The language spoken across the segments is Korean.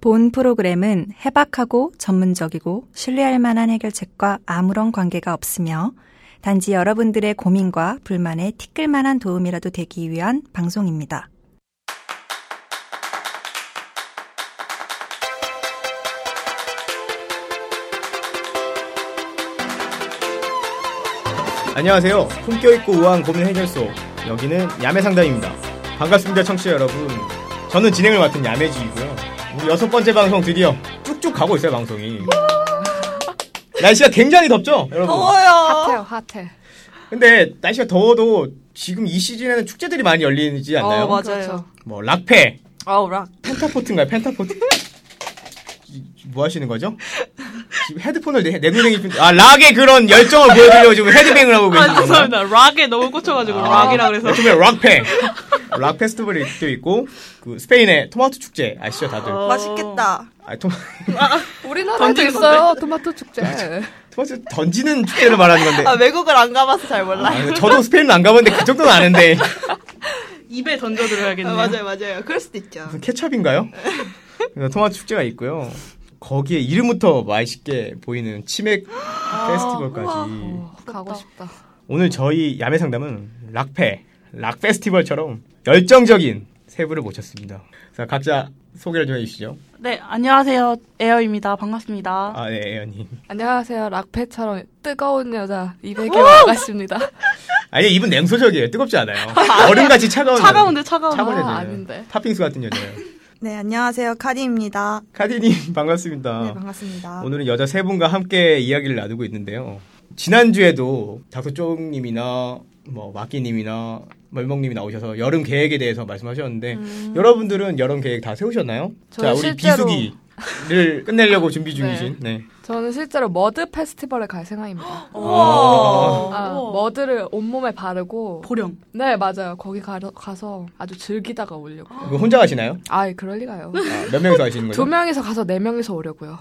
본 프로그램은 해박하고 전문적이고 신뢰할 만한 해결책과 아무런 관계가 없으며 단지 여러분들의 고민과 불만에 티끌만한 도움이라도 되기 위한 방송입니다. 안녕하세요. 품격있고 우아한 고민 해결소. 여기는 야매상담입니다. 반갑습니다, 청취자 여러분. 저는 진행을 맡은 야매주이고요. 우리 여섯 번째 방송 드디어 쭉쭉 가고 있어요, 방송이. 날씨가 굉장히 덥죠, 여러분? 더워요. 핫해요, 핫해. 근데 날씨가 더워도 지금 이 시즌에는 축제들이 많이 열리지 네, 않나요? 어, 맞아요. 그렇죠. 뭐, 락페, 아우 락. 펜타포트인가요, 펜타포트? 이- 뭐 하시는 거죠? 지금 헤드폰을 내, 내 눈에 입힌, 아, 락의 그런 열정을 보여드리려고 지금 헤드뱅을 하고 계신 아 건가요? 죄송합니다. 락에 너무 꽂혀가지고 아, 락이라 그래서. 요즘에 아. 락페 락 페스티벌이 또 있고 그 스페인의 토마토 축제 아시죠 다들 어. 맛있겠다. 아, 토마, 우리나라에도 던지는 있어요, 토마토 축제. 토마토 던지는 축제를 말하는 건데 아, 외국을 안 가봐서 잘 몰라. 아, 근데 저도 스페인은 안 가봤는데 그 정도는 아는데 입에 아, 던져들어야겠네요. 맞아요, 맞아요. 그럴 수도 있죠. 무슨 케첩인가요? 그래서 토마토 축제가 있고요 거기에 이름부터 맛있게 보이는 치맥 페스티벌까지 가고 싶다. 오늘 저희 야매 상담은 락페 락 페스티벌처럼 열정적인 세부를 모셨습니다 자 각자 소개를 좀 해주시죠 네 안녕하세요 에어입니다. 반갑습니다. 아네 애연님 안녕하세요, 락페처럼 뜨거운 여자 200에 와가십니다. 아니 이분 냉소적이에요. 뜨겁지 않아요. 얼음같이 차가운. 차가운데 차가운. 차가운 아, 여자예요. 아닌데. 팥빙수 같은 여자예요. 네, 안녕하세요. 카디입니다. 카디님 반갑습니다. 네, 아, 반갑습니다. 오늘은 여자 세 분과 함께 이야기를 나누고 있는데요. 지난주에도 닥터쫑님이나 뭐 마끼님이나 멀멍님이 나오셔서 여름 계획에 대해서 말씀하셨는데 여러분들은 여름 계획 다 세우셨나요? 자 음. 저는 우리 실제로- 비수기를 끝내려고 준비 중이신. 네. 저는 실제로 머드 페스티벌에 갈 생각입니다. 아. 아, 머드를 온몸에 바르고, 보령. 네, 맞아요. 거기 가, 가서 아주 즐기다가 오려고. 이거 혼자 가시나요? 아이, 그럴리가요. 아, 몇 명이서 가시는 거죠? 두 명이서 가서 네 명이서 오려고요.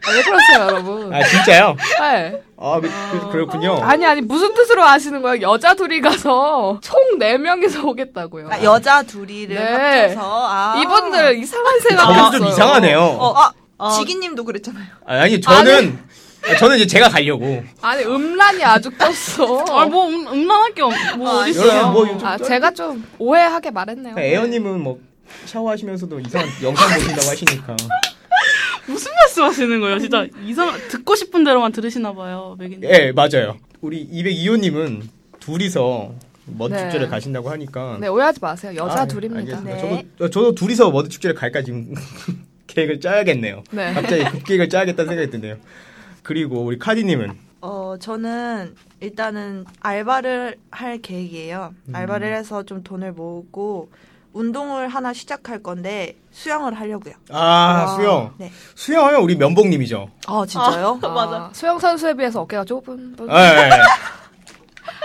아, 왜 그러세요, 여러분? 아 진짜요? 네. 아 그, 그, 그렇군요. 아니, 아니, 무슨 뜻으로 하시는 거예요? 여자 둘이 가서 총 네 명이서 오겠다고요. 아, 여자 둘이를 네. 합쳐서 아. 이분들 이상한 아, 저는 생각이었어요. 좀 이상하네요. 어, 아, 지기님도 그랬잖아요. 아니 저는 아, 저는 이제 제가 가려고. 아니, 음란이 아주 떴어. 아뭐 음란할 게뭐 어디 여러분 있어요? 뭐 요즘 아, 제가 좀 오해하게 말했네요. 에어님은 뭐 샤워하시면서도 이상한 영상 보신다고 하시니까 무슨 말씀하시는 거예요? 진짜 이상 듣고 싶은 대로만 들으시나 봐요. 맥인. 예 맞아요. 우리 202호님은 둘이서 머드 네. 축제를 가신다고 하니까 네, 오해하지 마세요. 여자 아, 네, 둘입니다. 알겠습니다. 네. 저도 어, 저도 둘이서 머드 축제를 갈까 지금 계획을 짜야겠네요. 네. 갑자기 급 계획을 짜야겠다는 생각이 드네요. 그리고 우리 카디님은 어, 저는 일단은 알바를 할 계획이에요. 알바를 해서 좀 돈을 모으고 운동을 하나 시작할 건데 수영을 하려고요. 아 와. 수영 네. 수영하면 우리 면봉님이죠. 아, 진짜요? 아, 맞아. 수영 선수에 비해서 어깨가 좁은 분. 예, 예, 예.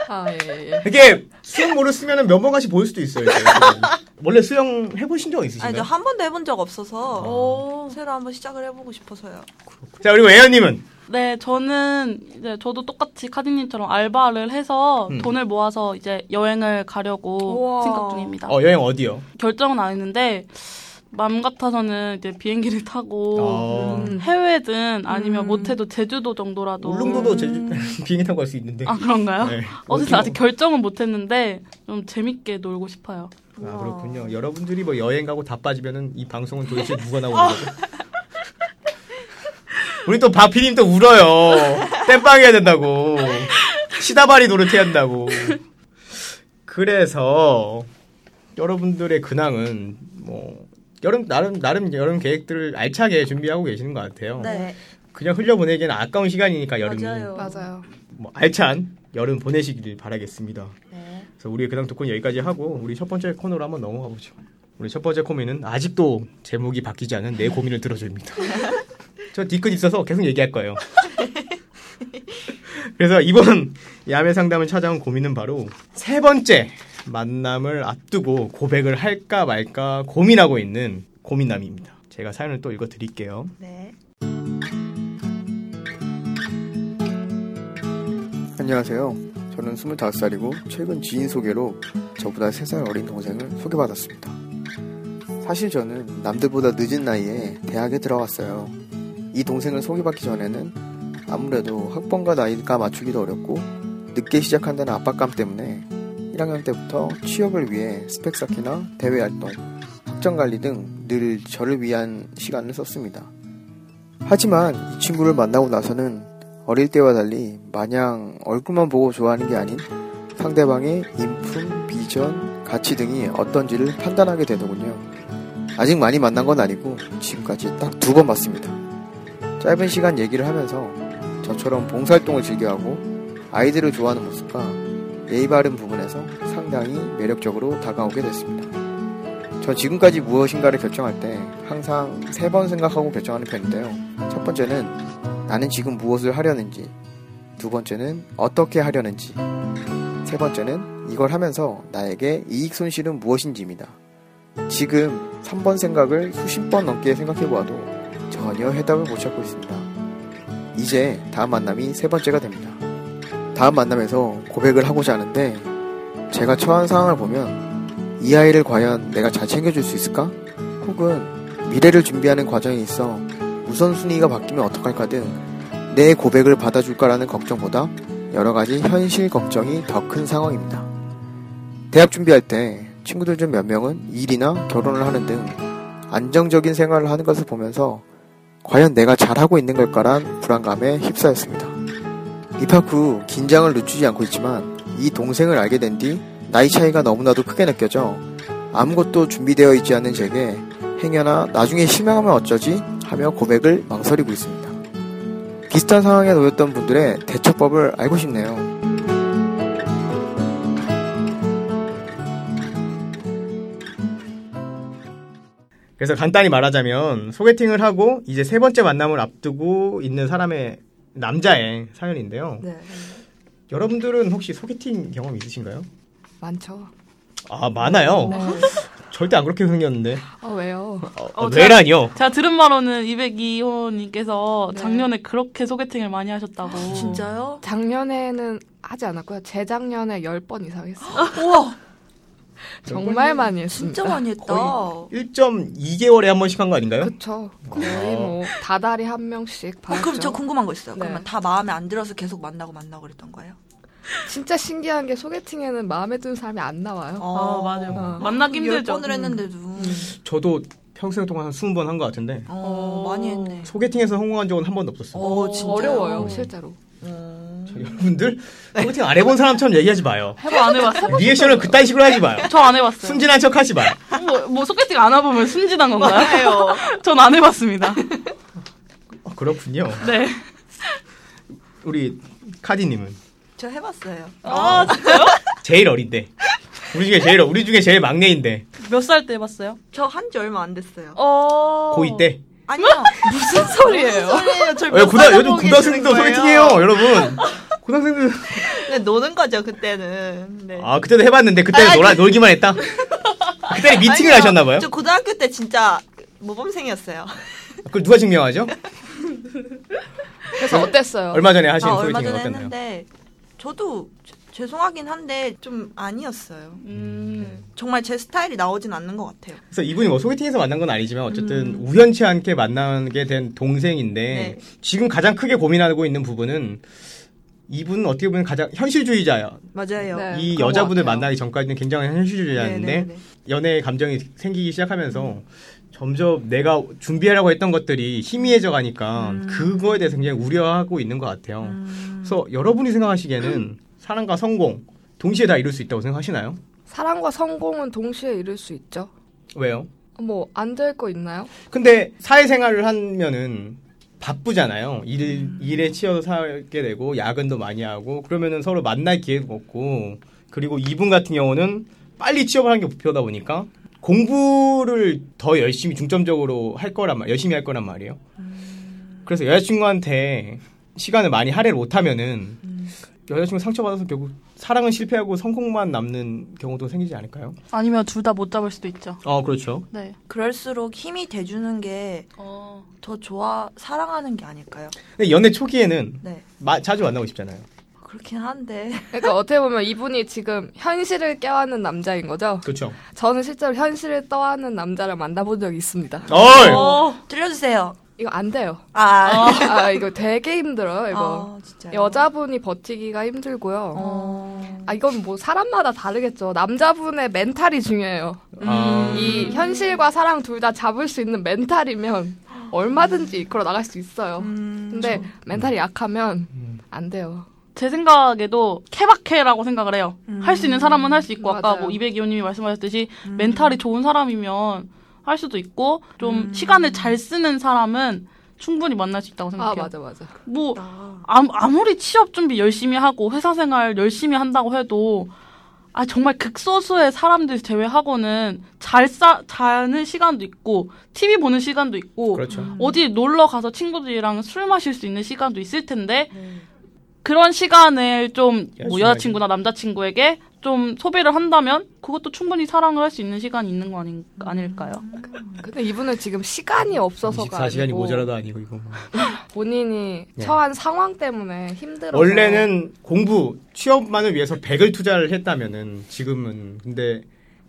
아, 예, 예, 예. 이게 수영모를 쓰면 면봉같이 보일 수도 있어요. 이게. 원래 수영 해보신 적 있으신가요? 아니, 저 한 번도 해본 적 없어서 새로 한번 시작을 해보고 싶어서요. 자 그리고 에어님은 네, 저는 이제 저도 똑같이 카디님처럼 알바를 해서 음. 돈을 모아서 이제 여행을 가려고 우와. 생각 중입니다. 어, 여행 어디요? 결정은 안 했는데 맘 같아서는 이제 비행기를 타고 어, 음. 해외든 아니면 못해도 제주도 정도라도 울릉도도 제주 비행기 타고 갈 수 있는데. 아 그런가요? 네. 어쨌든 어디- 아직 결정은 못했는데 좀 재밌게 놀고 싶어요. 아, 그렇군요. 여러분들이 뭐 여행 가고 다 빠지면은 이 방송은 도대체 누가 나오는 거죠? 우리 또 바피님 또 울어요. 땜빵 해야 된다고. 시다바리 노릇 해야 한다고. 그래서 여러분들의 근황은 뭐 여름 나름 나름 여름 계획들을 알차게 준비하고 계시는 것 같아요. 네. 그냥 흘려보내기에는 아까운 시간이니까 어. 여름이 맞아요. 맞아요. 뭐 알찬 여름 보내시길 바라겠습니다. 네. 그래서 우리의 근황 독권 여기까지 하고 우리 첫 번째 코너로 한번 넘어가 보죠. 우리 첫 번째 고민은 아직도 제목이 바뀌지 않은 내 고민을 들어줍니다. 저 뒤끝 있어서 계속 얘기할 거예요. 그래서 이번 야매 상담을 찾아온 고민은 바로 세 번째 만남을 앞두고 고백을 할까 말까 고민하고 있는 고민남입니다. 제가 사연을 또 읽어 드릴게요. 네. 안녕하세요. 저는 25살이고 최근 지인 소개로 저보다 3살 어린 동생을 소개받았습니다. 사실 저는 남들보다 늦은 나이에 대학에 들어갔어요. 이 동생을 소개받기 전에는 아무래도 학번과 나이가 맞추기도 어렵고 늦게 시작한다는 압박감 때문에 1학년 때부터 취업을 위해 스펙 쌓기나 대외 활동, 학점 관리 등 늘 저를 위한 시간을 썼습니다. 하지만 이 친구를 만나고 나서는 어릴 때와 달리 마냥 얼굴만 보고 좋아하는 게 아닌 상대방의 인품, 비전, 가치 등이 어떤지를 판단하게 되더군요. 아직 많이 만난 건 아니고 지금까지 딱 두 번 봤습니다. 짧은 시간 얘기를 하면서 저처럼 봉사활동을 즐겨하고 아이들을 좋아하는 모습과 예의 바른 부분에서 상당히 매력적으로 다가오게 됐습니다. 전 지금까지 무엇인가를 결정할 때 항상 세 번 생각하고 결정하는 편인데요. 첫 번째는 나는 지금 무엇을 하려는지, 두 번째는 어떻게 하려는지, 세 번째는 이걸 하면서 나에게 이익 손실은 무엇인지입니다. 지금 3번 생각을 수십 번 넘게 생각해보아도 전혀 해답을 못 찾고 있습니다. 이제 다음 만남이 세 번째가 됩니다. 다음 만남에서 고백을 하고자 하는데 제가 처한 상황을 보면 이 아이를 과연 내가 잘 챙겨줄 수 있을까? 혹은 미래를 준비하는 과정에 있어 우선순위가 바뀌면 어떡할까 등 내 고백을 받아줄까라는 걱정보다 여러 가지 현실 걱정이 더 큰 상황입니다. 대학 준비할 때 친구들 중 몇 명은 일이나 결혼을 하는 등 안정적인 생활을 하는 것을 보면서 과연 내가 잘하고 있는 걸까란 불안감에 휩싸였습니다. 입학 후 긴장을 늦추지 않고 있지만 이 동생을 알게 된 뒤 나이 차이가 너무나도 크게 느껴져 아무것도 준비되어 있지 않은 제게 행여나 나중에 실망하면 어쩌지 하며 고백을 망설이고 있습니다. 비슷한 상황에 놓였던 분들의 대처법을 알고 싶네요. 그래서 간단히 말하자면 소개팅을 하고 이제 세 번째 만남을 앞두고 있는 사람의 남자의 사연인데요. 네. 여러분들은 혹시 소개팅 경험 있으신가요? 많죠. 아 많아요. 네. 절대 안 그렇게 생겼는데. 아 왜요? 어, 어, 제가- 왜라뇨? 제가 들은 바로는 202호님께서 네. 작년에 그렇게 소개팅을 많이 하셨다고. 진짜요? 작년에는 하지 않았고요. 재작년에 10번 이상 했어요. 우와, 정말 많이 했습니다. 진짜 많이 했다. 1.2개월에 한 번씩 한 거 아닌가요? 그쵸. 어. 거의 뭐 다달이 한 명씩 어, 봤죠. 그럼 저 궁금한 거 있어요. 네. 그러면 다 마음에 안 들어서 계속 만나고 만나고 그랬던 거예요? 진짜 신기한 게 소개팅에는 마음에 드는 사람이 안 나와요. 어, 맞아요. 어. 만나기 열 힘들죠. 음. 번을 했는데도. 저도 평생 동안 한 20번 한 것 같은데 어, 많이 했네. 소개팅에서 성공한 적은 한 번도 없었어요. 어, 진짜. 어려워요, 실제로. 저 여러분들 소개팅 안 해본 사람처럼 얘기하지 마요. 해봐 안 해봤어요? 리액션을 그딴 식으로 하지 마요. 저 안 해봤어요. 순진한 척 하지 마요. 뭐, 뭐 소개팅 안 와보면 순진한 건가요? 전 안 해봤습니다. 어, 그렇군요. 네. 우리 카디님은 저 해봤어요. 아, 제일 어린데 우리 중에 제일 어- 우리 중에 제일 막내인데 몇 살 때 해봤어요? 저 한 지 얼마 안 됐어요. 어. 고2 때. 아니요. 무슨 소리예요? 소리예요. 저 예, 몇 고등 살 요즘 먹이시는 고등학생도 거예요? 소개팅해요, 여러분. 고등학생들 네, 노는 거죠 그때는. 네. 아 그때도 해봤는데 그때는 아니, 놀아 놀기만 했다. 그때는 미팅을 아니요, 하셨나봐요. 저 고등학교 때 진짜 모범생이었어요. 그걸 누가 증명하죠? 그래서 어땠어요? 네. 얼마 전에 하신 아, 얼마 소개팅은 전에 어땠나요? 했는데 저도 죄- 죄송하긴 한데 좀 아니었어요. 네. 음. 정말 제 스타일이 나오진 않는 것 같아요. 그래서 이분이 뭐 소개팅에서 만난 건 아니지만 어쨌든 우연치 않게 만나게 된 동생인데 음. 네. 지금 가장 크게 고민하고 있는 부분은 이분은 어떻게 보면 가장 현실주의자예요. 맞아요. 네. 이 그런 것 여자분을 같아요. 만나기 전까지는 굉장히 현실주의자였는데 네네네. 연애의 감정이 생기기 시작하면서 점점 내가 준비하려고 했던 것들이 희미해져 가니까 음. 그거에 대해서 굉장히 우려하고 있는 것 같아요. 그래서 여러분이 생각하시기에는 사랑과 성공 동시에 다 이룰 수 있다고 생각하시나요? 사랑과 성공은 동시에 이룰 수 있죠. 왜요? 뭐 안 될 거 있나요? 근데 사회생활을 하면은 바쁘잖아요. 일, 일에 치여서 살게 되고 야근도 많이 하고 그러면은 서로 만날 기회도 없고 그리고 이분 같은 경우는 빨리 취업을 하는 게 목표다 보니까 공부를 더 열심히 중점적으로 할 거란 말, 열심히 할 거란 말이에요. 그래서 여자친구한테 시간을 많이 할애를 못하면은 여자친구 상처받아서 결국 사랑은 실패하고 성공만 남는 경우도 생기지 않을까요? 아니면 둘 다 못 잡을 수도 있죠. 어, 그렇죠. 네. 그럴수록 힘이 돼주는 게 더 어. 좋아 사랑하는 게 아닐까요? 근데 연애 초기에는 네. 마- 자주 만나고 싶잖아요. 그렇긴 한데 그러니까 어떻게 보면 이분이 지금 현실을 깨워하는 남자인 거죠. 그렇죠. 저는 실제로 현실을 떠하는 남자를 만나본 적이 있습니다. 어이. 어, 들려주세요. 이거 안 돼요. 아, 아 이거 되게 힘들어요. 이거 아, 진짜 여자분이 버티기가 힘들고요. 어. 아 이건 뭐 사람마다 다르겠죠. 남자분의 멘탈이 중요해요. 아, 음. 음, 이 현실과 사랑 둘 다 잡을 수 있는 멘탈이면 얼마든지 이끌어 나갈 수 있어요. 음, 근데 멘탈이 약하면 음. 안 돼요. 제 생각에도 케바케라고 생각을 해요. 음. 할 수 있는 사람은 할 수 있고 아까 맞아요. 뭐 이백이호님이 말씀하셨듯이 음. 멘탈이 좋은 사람이면 할 수도 있고 좀 음. 시간을 잘 쓰는 사람은 충분히 만날 수 음, 있다고 아 생각해요. 맞아 맞아. 뭐 아, 아무- 아무리 취업 준비 열심히 하고 회사 생활 열심히 한다고 해도 아 정말 극소수의 사람들 제외하고는 잘 싸, 자는 시간도 있고 TV 보는 시간도 있고 그렇죠. 어디 놀러 가서 친구들이랑 술 마실 수 있는 시간도 있을 텐데 그런 시간을 좀 뭐 열심히 여자친구나 남자친구에게 좀 소비를 한다면 그것도 충분히 사랑을 할 수 있는 시간이 있는 거 아닌, 아닐까요? 근데 이분은 지금 시간이 없어서가 음, 24시간이 아니고 모자라도 아니고 이거. 본인이 네. 처한 상황 때문에 힘들어서 원래는 공부, 취업만을 위해서 100을 투자를 했다면은 지금은 근데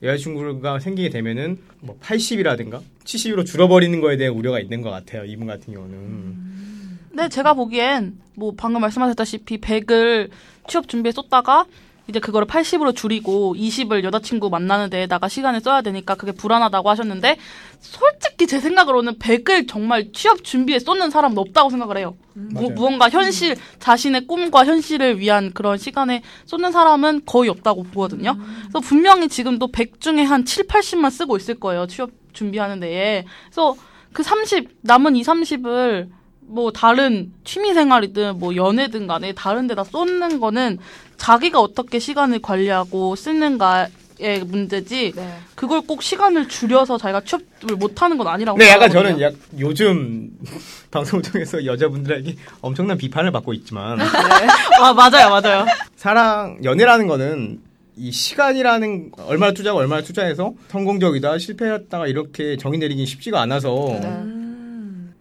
여자친구가 생기게 되면은 뭐 80이라든가 70으로 줄어버리는 거에 대한 우려가 있는 것 같아요. 이분 같은 경우는. 음. 네, 제가 보기엔 뭐 방금 말씀하셨다시피 100을 취업 준비에 쏟다가 이제 그거를 80으로 줄이고 20을 여자친구 만나는 데에다가 시간을 써야 되니까 그게 불안하다고 하셨는데 솔직히 제 생각으로는 100을 정말 취업 준비에 쏟는 사람은 없다고 생각을 해요. 무, 맞아요. 무언가 현실 자신의 꿈과 현실을 위한 그런 시간에 쏟는 사람은 거의 없다고 보거든요. 그래서 분명히 지금도 100 중에 한 7, 80만 쓰고 있을 거예요. 취업 준비하는 데에. 그래서 그 30, 남은 이 30을 뭐 다른 취미 생활이든 뭐 연애든 간에 다른 데다 쏟는 거는 자기가 어떻게 시간을 관리하고 쓰는가의 문제지 네. 그걸 꼭 시간을 줄여서 자기가 취업을 못 하는 건 아니라고 근데 약간 생각하거든요. 저는 약 요즘 방송 통해서 여자분들에게 엄청난 비판을 받고 있지만 아 맞아요 맞아요 사랑 연애라는 거는 이 시간이라는 얼마나 투자하고 얼마나 투자해서 성공적이다 실패했다가 이렇게 정의 내리기 쉽지가 않아서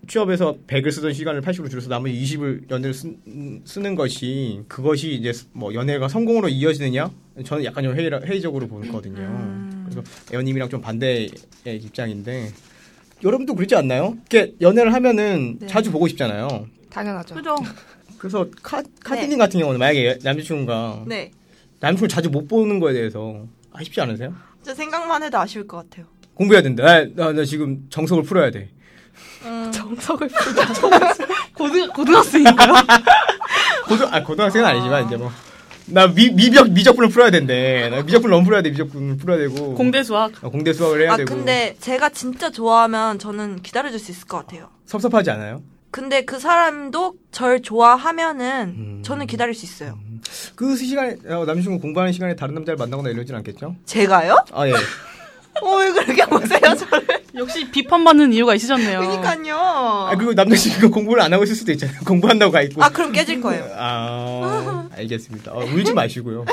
취업에서 100을 쓰던 시간을 80으로 줄여서 나머지 20을 연애를 쓰, 는 것이 그것이 이제 뭐 연애가 성공으로 이어지느냐 저는 약간 좀 회의, 회의적으로 보거든요 음. 그래서 애연님이랑 좀 반대의 입장인데 여러분도 그러지 않나요? 이렇게 연애를 하면은 네. 자주 보고 싶잖아요 당연하죠. 그죠? 그래서 카, 카디님 같은 경우는 만약에 남자친구가 네, 남친을 자주 못 보는 거에 대해서 아쉽지 않으세요? 진짜 생각만 해도 아쉬울 것 같아요. 공부해야 된다. 나, 나, 나 지금 정석을 풀어야 돼. 정석을 고등 고등학생인가요? 고등, 아, 고등학생은 아니지만 이제 뭐. 나 미, 미적, 미적분을 풀어야 된대. 나 미적분을 넌 풀어야 돼. 미적분을 풀어야 되고. 공대 수학 어, 공대 수학을 해야 아 되고. 근데 제가 진짜 좋아하면 저는 기다려줄 수 있을 것 같아요. 섭섭하지 않아요? 근데 그 사람도 절 좋아하면은 음. 저는 기다릴 수 있어요. 그 시간에, 어, 남자친구 공부하는 시간에 다른 남자를 만나거나 이러진 않겠죠? 제가요? 아, 예. 어 왜 그렇게 보세요 저를? 역시 비판받는 이유가 있으셨네요. 그러니까요. 아, 아, 그리고 남자친구가 공부를 안 하고 있을 수도 있잖아요. 공부한다고 가 있고. 그럼 깨질 거예요. 아, 알겠습니다. 어, 울지 마시고요.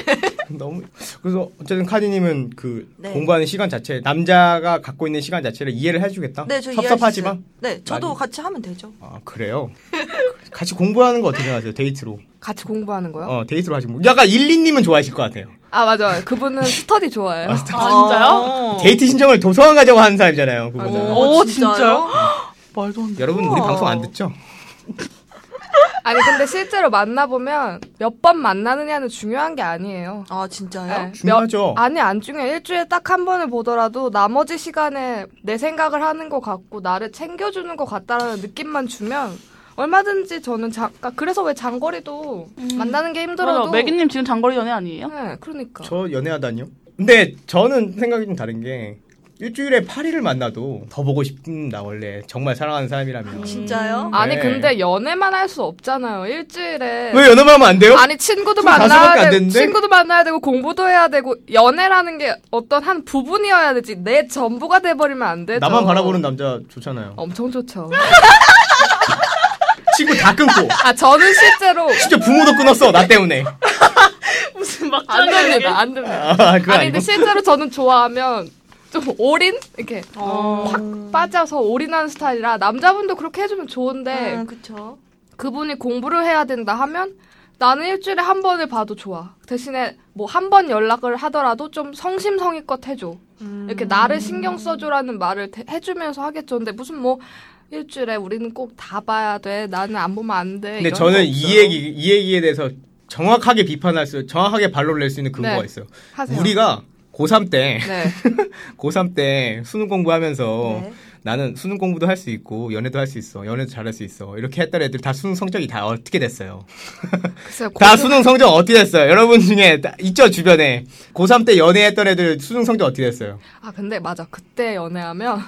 너무 그래서 어쨌든 카디님은 그 네. 공부하는 시간 자체 남자가 갖고 있는 시간 자체를 이해를 해주겠다. 네, 저 섭섭하지만 이해할 수 있어요. 네, 저도 많이. 같이 하면 되죠. 아 그래요. 같이 공부하는 거 어떻게 생각하세요? 데이트로. 같이 공부하는 거요? 어 데이트로 하시면 뭐- 약간 1, 2님은 좋아하실 것 같아요. 아 맞아. 그분은 스터디 좋아해요. 아, 스타- 아 진짜요? 데이트 신청을 도서관 가자고 하는 사람이잖아요. 그분은. 맞아요. 어. 오 어, 진짜요? 말도 안 돼. 여러분 우리 방송 안 듣죠? 아니 근데 실제로 만나 보면 몇 번 만나느냐는 중요한 게 아니에요. 아 네. 진짜요? 몇- 중요하죠. 아니 안 중요해. 일주일에 딱 한 번을 보더라도 나머지 시간에 내 생각을 하는 것 같고 나를 챙겨주는 것 같다라는 느낌만 주면 얼마든지 저는 자, 그러니까 그래서 왜 장거리도 만나는 게 힘들어도 음. 맞아. 매기님 지금 장거리 연애 아니에요? 네, 그러니까 저 연애하다니요? 근데 저는 생각이 좀 다른 게 일주일에 8일을 만나도 더 보고 싶은 나 원래 정말 사랑하는 사람이라면. 음. 진짜요? 아니 네. 근데 연애만 할 수 없잖아요. 일주일에 왜 연애만 하면 안 돼요? 네. 아니 친구도 지금 다섯 만나야 안 되고 됐는데? 친구도 만나야 되고 공부도 해야 되고 연애라는 게 어떤 한 부분이어야 되지 내 전부가 돼버리면 안 되죠. 나만 바라보는 남자 좋잖아요. 엄청 좋죠. 친구 다 끊고. 아 저는 실제로 진짜 부모도 끊었어, 나 때문에. 무슨 안 막장 됩니다. 안 됩니다. 아, 그거 아니 아니고. 근데 실제로 저는 좋아하면 좀 올인 이렇게 어. 빠져서 올인하는 아, 네. 아, 스타일이라 남자분도 그렇게 해주면 좋은데 음, 그쵸. 그분이 공부를 해야 된다 하면 나는 일주일에 한 번을 봐도 좋아. 대신에 뭐 한 번 연락을 하더라도 좀 성심성의껏 해줘. 이렇게 나를 신경 써줘라는 말을 대- 해주면서 하겠죠. 근데 무슨 뭐 일주일에 우리는 꼭 다 봐야 돼. 나는 안 보면 안 돼. 근데 이런 거 저는 없어요. 이 얘기 이 얘기에 대해서 정확하게 비판할 수, 정확하게 반론을 낼 수 있는 근거가 네. 있어요. 하세요. 우리가 고3 때, 네. 고3 때 수능 공부하면서 네. 나는 수능 공부도 할 수 있고 연애도 할 수 있어, 연애도 잘할 수 있어 이렇게 했던 애들 다 수능 성적이 다 어떻게 됐어요? 글쎄요. 다 고등- 수능 성적 어떻게 됐어요? 여러분 중에 다- 있죠 주변에 고3 때 연애했던 애들 수능 성적 어떻게 됐어요? 아 근데 맞아 그때 연애하면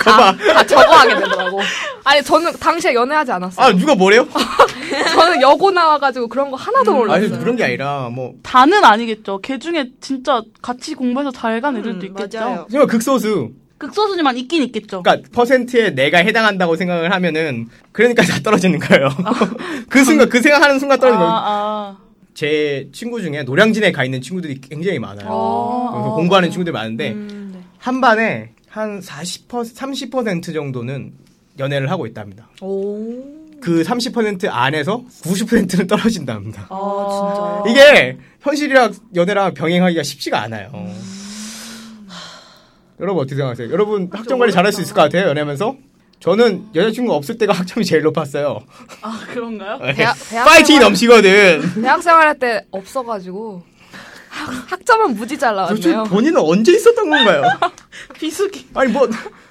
다, 다 적어하게 되더라고. 아니 저는 당시에 연애하지 않았어요. 아 누가 뭐래요? 저는 여고 나와가지고 그런 거 하나도 아. 음. 아니 몰랐어요. 그런 게 아니라 뭐 다는 아니겠죠. 걔 중에 진짜 같이 공부해서 잘 간 애들도 음, 있겠죠. 맞아요. 정말 극소수. 극소수지만 있긴 있겠죠. 그러니까 퍼센트에 내가 해당한다고 생각을 하면은 그러니까 다 떨어지는 거예요. 그 순간 그 생각하는 순간 떨어지는 거예요. 아, 제 친구 중에 노량진에 가 있는 친구들이 굉장히 많아요. 아. 그래서 아. 공부하는 친구들 많은데 음, 네. 한 반에 한 40%, 30% 정도는 연애를 하고 있답니다. 오. 그 30% 안에서 90%는 떨어진답니다. 아, 진짜요? 이게 현실이랑 연애랑 병행하기가 쉽지가 않아요. 여러분 어떻게 생각하세요? 여러분 그렇죠. 학점 관리 잘할 수 있을 것 같아요? 연애하면서? 저는 여자친구 없을 때가 학점이 제일 높았어요. 아 그런가요? 네. 대학- 대학 파이팅이 생활- 넘치거든. 대학생활 할 때 없어가지고 학- 학점은 무지 잘 도대체 나왔네요. 본인은 언제 있었던 건가요? 비수기. 아니 뭐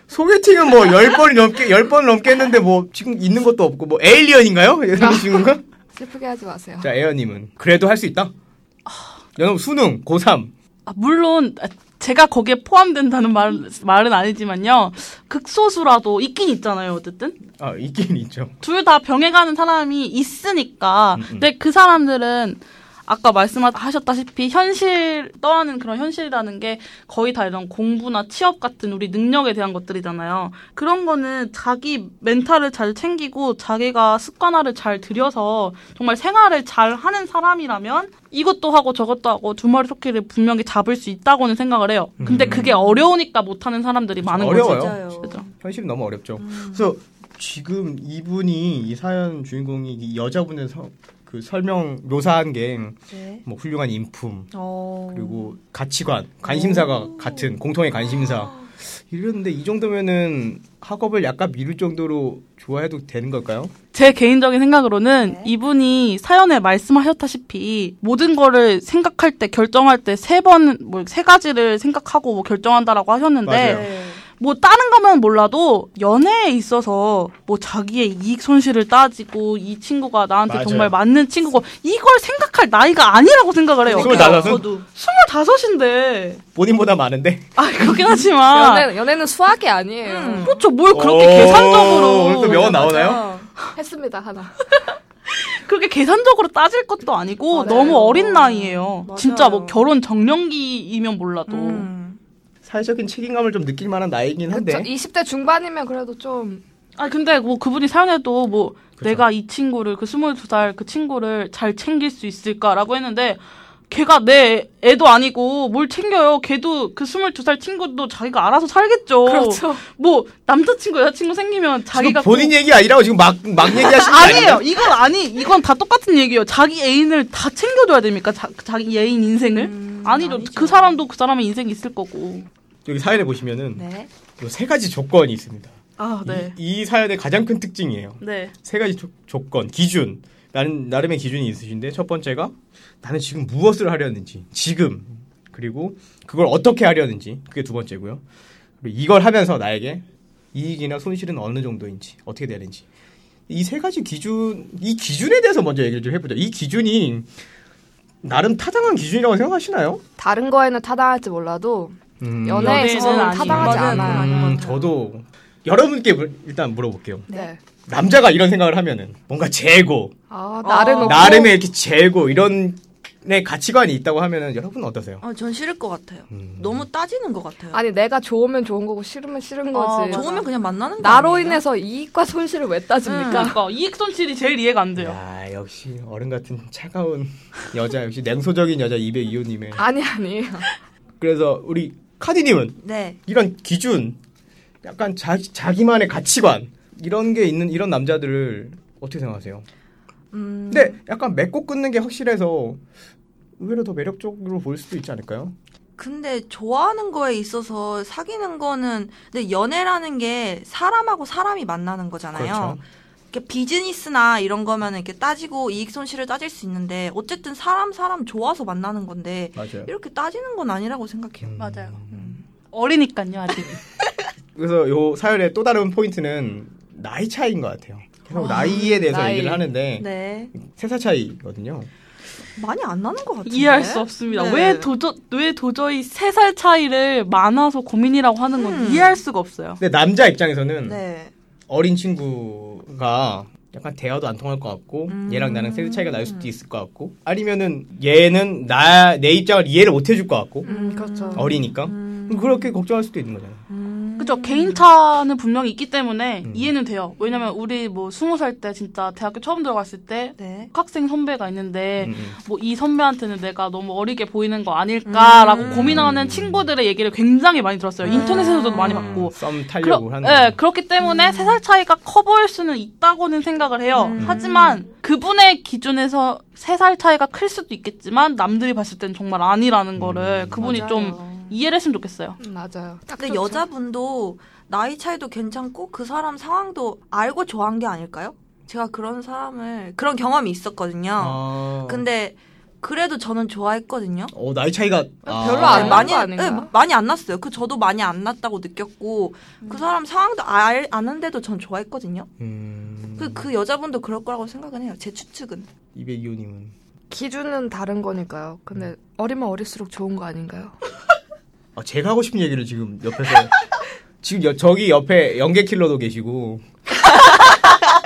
소개팅은 뭐 10번 넘게 10번 넘게 했는데 뭐 지금 있는 것도 없고 뭐 에일리언인가요? 이런 친구가? 슬프게 하지 마세요. 자, 에어 님은 그래도 할 수 있다. 아. 여러분 수능 고3 아, 물론 제가 거기에 포함된다는 말, 말은 아니지만요. 극소수라도 있긴 있잖아요. 어쨌든 아, 있긴 있죠. 둘 다 병행하는 사람이 음, 있으니까. 근데 그 사람들은 아까 말씀하셨다시피 현실 떠나는 그런 현실이라는 게 거의 다 이런 공부나 취업 같은 우리 능력에 대한 것들이잖아요. 그런 거는 자기 멘탈을 잘 챙기고 자기가 습관화를 잘 들여서 정말 생활을 잘 하는 사람이라면 이것도 하고 저것도 하고 두 마리 토끼를 분명히 잡을 수 있다고는 생각을 해요. 근데 그게 어려우니까 못하는 사람들이 많은 음. 어려워요. 거죠. 맞아요. 그죠? 현실이 너무 어렵죠. 음. 그래서 지금 이분이 이 사연 주인공이 이 여자분의 서- 그 설명 묘사한 게 뭐 네. 훌륭한 인품 어. 그리고 가치관 관심사가 같은 공통의 관심사 아. 이랬는데 이 정도면은 학업을 약간 미룰 정도로 좋아해도 되는 걸까요? 제 개인적인 생각으로는 네. 이분이 사연에 말씀하셨다시피 모든 거를 생각할 때 결정할 때 세 번 뭐 세 가지를 생각하고 뭐 결정한다라고 하셨는데 맞아요. 네. 뭐 다른 거면 몰라도 연애에 있어서 뭐 자기의 이익 손실을 따지고 이 친구가 나한테 맞아요. 정말 맞는 친구고 이걸 생각할 나이가 아니라고 생각을 해요. 스물다섯? 스물다섯은? 저도. 스물다섯인데 본인보다 많은데 아 그렇긴 하지만 연애, 연애는 수학이 아니에요. 그렇죠 뭘 그렇게 오, 계산적으로 오늘 또 명언 나오나요? 맞아요. 했습니다 하나. 그렇게 계산적으로 따질 것도 아니고 맞아요. 너무 어린 나이에요. 맞아요. 진짜 뭐 결혼 정년기이면 몰라도 음. 사회적인 책임감을 좀 느낄 만한 나이긴 그쵸? 한데 20대 중반이면 그래도 좀 아 근데 뭐 그분이 사연에도 뭐 그죠. 내가 이 친구를 그 22살 그 친구를 잘 챙길 수 있을까라고 했는데 걔가 내 애도 아니고 뭘 챙겨요. 걔도 그 22살 친구도 자기가 알아서 살겠죠. 그렇죠. 뭐 남자친구 여자친구 생기면 지금 자기가 본인 꼭- 얘기 아니라고 지금 막 막 얘기하시는 거 아니에요. 아니에요? 이건 아니. 이건 다 똑같은 얘기예요. 자기 애인을 다 챙겨줘야 됩니까? 자, 자기 애인 인생을? 아니죠. 그 사람도 그 사람의 인생이 있을 거고. 여기 사연에 보시면은 네. 요세 가지 조건이 있습니다. 아, 네. 이, 이 사연의 가장 큰 특징이에요. 네. 세 가지 조, 조건, 기준. 나는 나름의 기준이 있으신데 첫 번째가 나는 지금 무엇을 하려는지 지금 그리고 그걸 어떻게 하려는지 그게 두 번째고요. 그리고 이걸 하면서 나에게 이익이나 손실은 어느 정도인지 어떻게 되는지 이 세 가지 기준 이 기준에 대해서 먼저 얘기를 좀 해보자. 이 기준이 나름 타당한 기준이라고 생각하시나요? 다른 거에는 타당할지 몰라도 음, 연애에서는 연애는 타당하지 아니에요. 않아요. 맞아요. 음, 저도 여러분께 물- 일단 물어볼게요. 네. 남자가 이런 생각을 하면은 뭔가 재고 아 나를 어. 놓고 나름의 이렇게 재고 이런 내 가치관이 있다고 하면은 여러분 어떠세요? 아, 전 싫을 것 같아요. 음. 너무 따지는 것 같아요. 아니 내가 좋으면 좋은 거고 싫으면 싫은 아, 거지. 아, 좋으면 그냥 만나는 거 나로 아니에요? 인해서 이익과 손실을 왜 따집니까? 그러니까 이익 손실이 제일 이해가 안 네. 돼요. 야 역시 어른 같은 차가운 여자 역시 냉소적인 여자 202호님의 아니 아니. 그래서 우리 카디님은 네. 이런 기준 약간 자, 자기만의 가치관 이런 게 있는 이런 남자들을 어떻게 생각하세요? 음, 근데 약간 맺고 끊는 게 확실해서 의외로 더 매력적으로 보일 수도 있지 않을까요? 근데 좋아하는 거에 있어서 사귀는 거는 근데 연애라는 게 사람하고 사람이 만나는 거잖아요. 그렇죠. 이렇게 비즈니스나 이런 거면 이렇게 따지고 이익 손실을 따질 수 있는데 어쨌든 사람 사람 좋아서 만나는 건데 그렇죠. 맞아요. 이렇게 따지는 건 아니라고 음. 생각해요. 음. 맞아요. 어리니까요 아직. 그래서 요 사연의 또 다른 포인트는 나이 차이인 것 같아요. 계속 나이에 대해서 나이. 얘기를 하는데 네 세 살 차이거든요. 많이 안 나는 것 같은데 이해할 수 없습니다. 네. 왜 도저 왜 도저히 세 살 차이를 많아서 고민이라고 하는 건 음. 이해할 수가 없어요. 근데 남자 입장에서는 네 어린 친구가 약간 대화도 안 통할 것 같고 음. 얘랑 나랑 세대 차이가 날 수도 있을 것 같고 아니면은 얘는 나 내 입장을 이해를 못 해줄 것 같고 음, 그렇죠. 어리니까 그렇게 걱정할 수도 있는 거잖아요. 그죠 개인차는 분명히 있기 때문에 음. 이해는 돼요. 왜냐면 우리 뭐 스무 살 때 진짜 대학교 처음 들어갔을 때 네. 학생 선배가 있는데 음, 음. 뭐 이 선배한테는 내가 너무 어리게 보이는 거 아닐까라고 음. 고민하는 친구들의 얘기를 굉장히 많이 들었어요. 인터넷에서도 많이 봤고. 음, 썸 그러, 타려고 하는 예, 거. 그렇기 때문에 세 살 차이가 커 보일 수는 있다고는 생각을 해요. 음. 하지만 그분의 기준에서 세 살 차이가 클 수도 있겠지만 남들이 봤을 땐 정말 아니라는 음. 거를 그분이 좀 이해를 했으면 좋겠어요. 음, 맞아요. 딱 근데 좋죠. 그 여자분도 나이 차이도 괜찮고 그 사람 상황도 알고 좋아한 게 아닐까요? 제가 그런 사람을 그런 경험이 있었거든요. 아. 근데 그래도 저는 좋아했거든요. 어, 나이 차이가 어. 별로 안 나- 많이 거 아닌가? 네, 많이 안 났어요. 그 저도 많이 안 났다고 느꼈고 그 사람 상황도 알 아는데도 전 좋아했거든요. 음. 그, 그 여자분도 그럴 거라고 생각은 해요. 제 추측은. 입에 이호님은 기준은 다른 거니까요. 근데 음. 어리면 어릴수록 좋은 거 아닌가요? 아, 제가 하고 싶은 얘기를 지금 옆에서 지금 여- 저기 옆에 연계 킬러도 계시고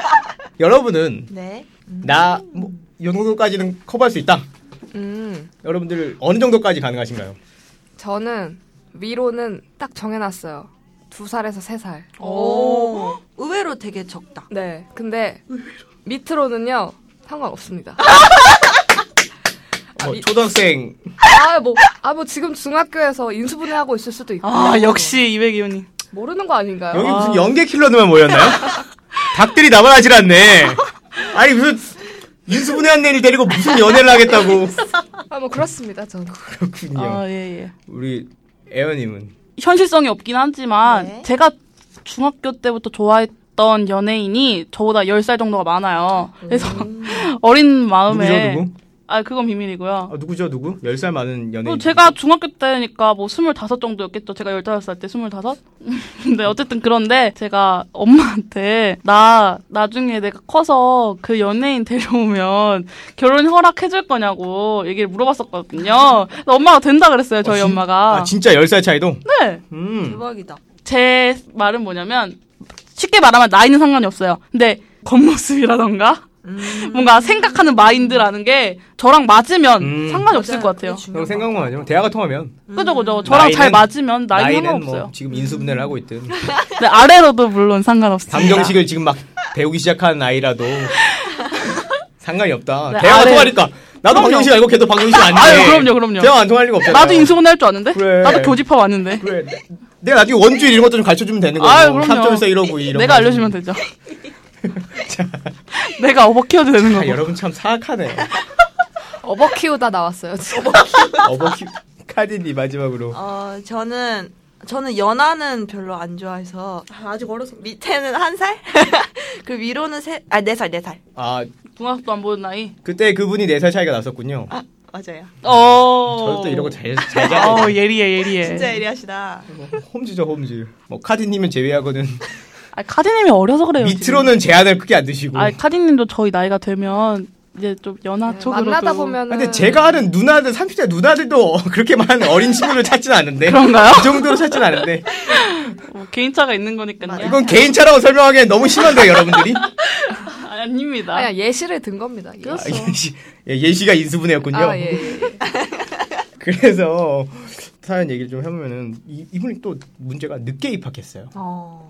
여러분은 네. 나뭐이 정도까지는 커버할 수 있다. 음, 여러분들 어느 정도까지 가능하신가요? 저는 위로는 딱 정해놨어요. 두 살에서 세 살. 어. 오. 의외로 되게 적다. 네. 근데 밑으로는요 상관없습니다. 뭐 초등학생 아 뭐 아 뭐 지금 중학교에서 인수분해 하고 있을 수도 있고 아, 역시 이백 이호님. 모르는 거 아닌가요? 여기 무슨 연계 킬러들만 모였나요? 닭들이 나만 하질 않네. 아니 무슨 인수분해 한 내리 데리고 무슨 연애를 하겠다고 아 뭐 그렇습니다. 저는 그렇군요. 아, 예, 예. 우리 애연님은 현실성이 없긴 하지만 네. 제가 중학교 때부터 좋아했던 연예인이 저보다 10살 정도가 많아요. 그래서 어린 마음에 누구죠 누구? 아, 그건 비밀이고요. 아, 누구죠 누구? 10살 많은 연예인. 또 어, 제가 중학교 때니까 뭐 25 정도였겠죠. 제가 15살 때 25? 근데 어쨌든 그런데 제가 엄마한테 나 나중에 내가 커서 그 연예인 데려오면 결혼 허락해줄 거냐고 얘기를 물어봤었거든요. 그래서 엄마가 된다 그랬어요. 저희 아, 진- 엄마가. 아 진짜 10살 차이도? 네. 음. 대박이다. 제 말은 뭐냐면 쉽게 말하면 나이는 상관이 없어요. 근데 겉모습이라던가 뭔가 생각하는 마인드라는 게 저랑 맞으면 음. 상관이 없을 것 같아요. 그럼 생각만 하죠. 대화가 통하면 그죠 그죠. 저랑 잘 나이는- 맞으면 나이는, 상관없어요. 음. 뭐 지금 인수분해를 하고 있든 근데 아래로도 물론 상관없습니다. 감정식을 지금 막 배우기 시작한 아이라도 상관이 없다. 네, 대화가 아래- 통하니까 나도 그럼요. 방정식 알고 걔도 방정식 아니네. 아유, 그럼요, 그럼요. 대화 안 통할 리가 없잖아. 나도 인수분해 할줄 아는데? 그래. 나도 교집합 왔는데? 그래. 내가 나중에 원주일 이런 것도 좀 가르쳐 주면 되는 거고. 아유, 그럼요. 3.14 159 이런 내가 거. 알려주면 되죠. 내가 어버 키워도 되는 아, 거고. 여러분 참 사악하네. 어버 키우다 나왔어요. 지금. 어버키 카디니 마지막으로. 어, 저는, 저는 연하는 별로 안 좋아해서. 아직 어려서. 밑에는 한 살? 그 위로는 세, 아, 네 살, 네 살. 아 중학도 안 보는 나이. 그때 그분이 4살 차이가 났었군요. 아, 맞아요. 어. 저도 또 이런 거잘잘 어, 잡아요. 예리해, 예리해. 진짜 예리하시다. 홈즈죠 홈즈. 뭐 카디님은 제외하고는 아, 카디님이 어려서 그래요. 지금. 밑으로는 제한을 크게 안 드시고. 아, 카디님도 저희 나이가 되면 이제 좀 연하 쪽으로. 만나다 보면 어, 근데 제가 아는 누나들 30대 누나들도 그렇게 많은 어린 친구를 찾진 않는데 그런가요? 뭐 그 정도로 찾진 않는데 개인차가 있는 거니까요. 이건 개인차라고 설명하기엔 너무 심한데 여러분들이 아, 닙니다 그냥 예시를 든 겁니다. 예. 아, 그렇죠. 예시, 예, 예시가 인수분해였군요 아, 예, 예. 그래서 사연 얘기를 좀 해보면은 이, 이분이 또 문제가 늦게 입학했어요 어.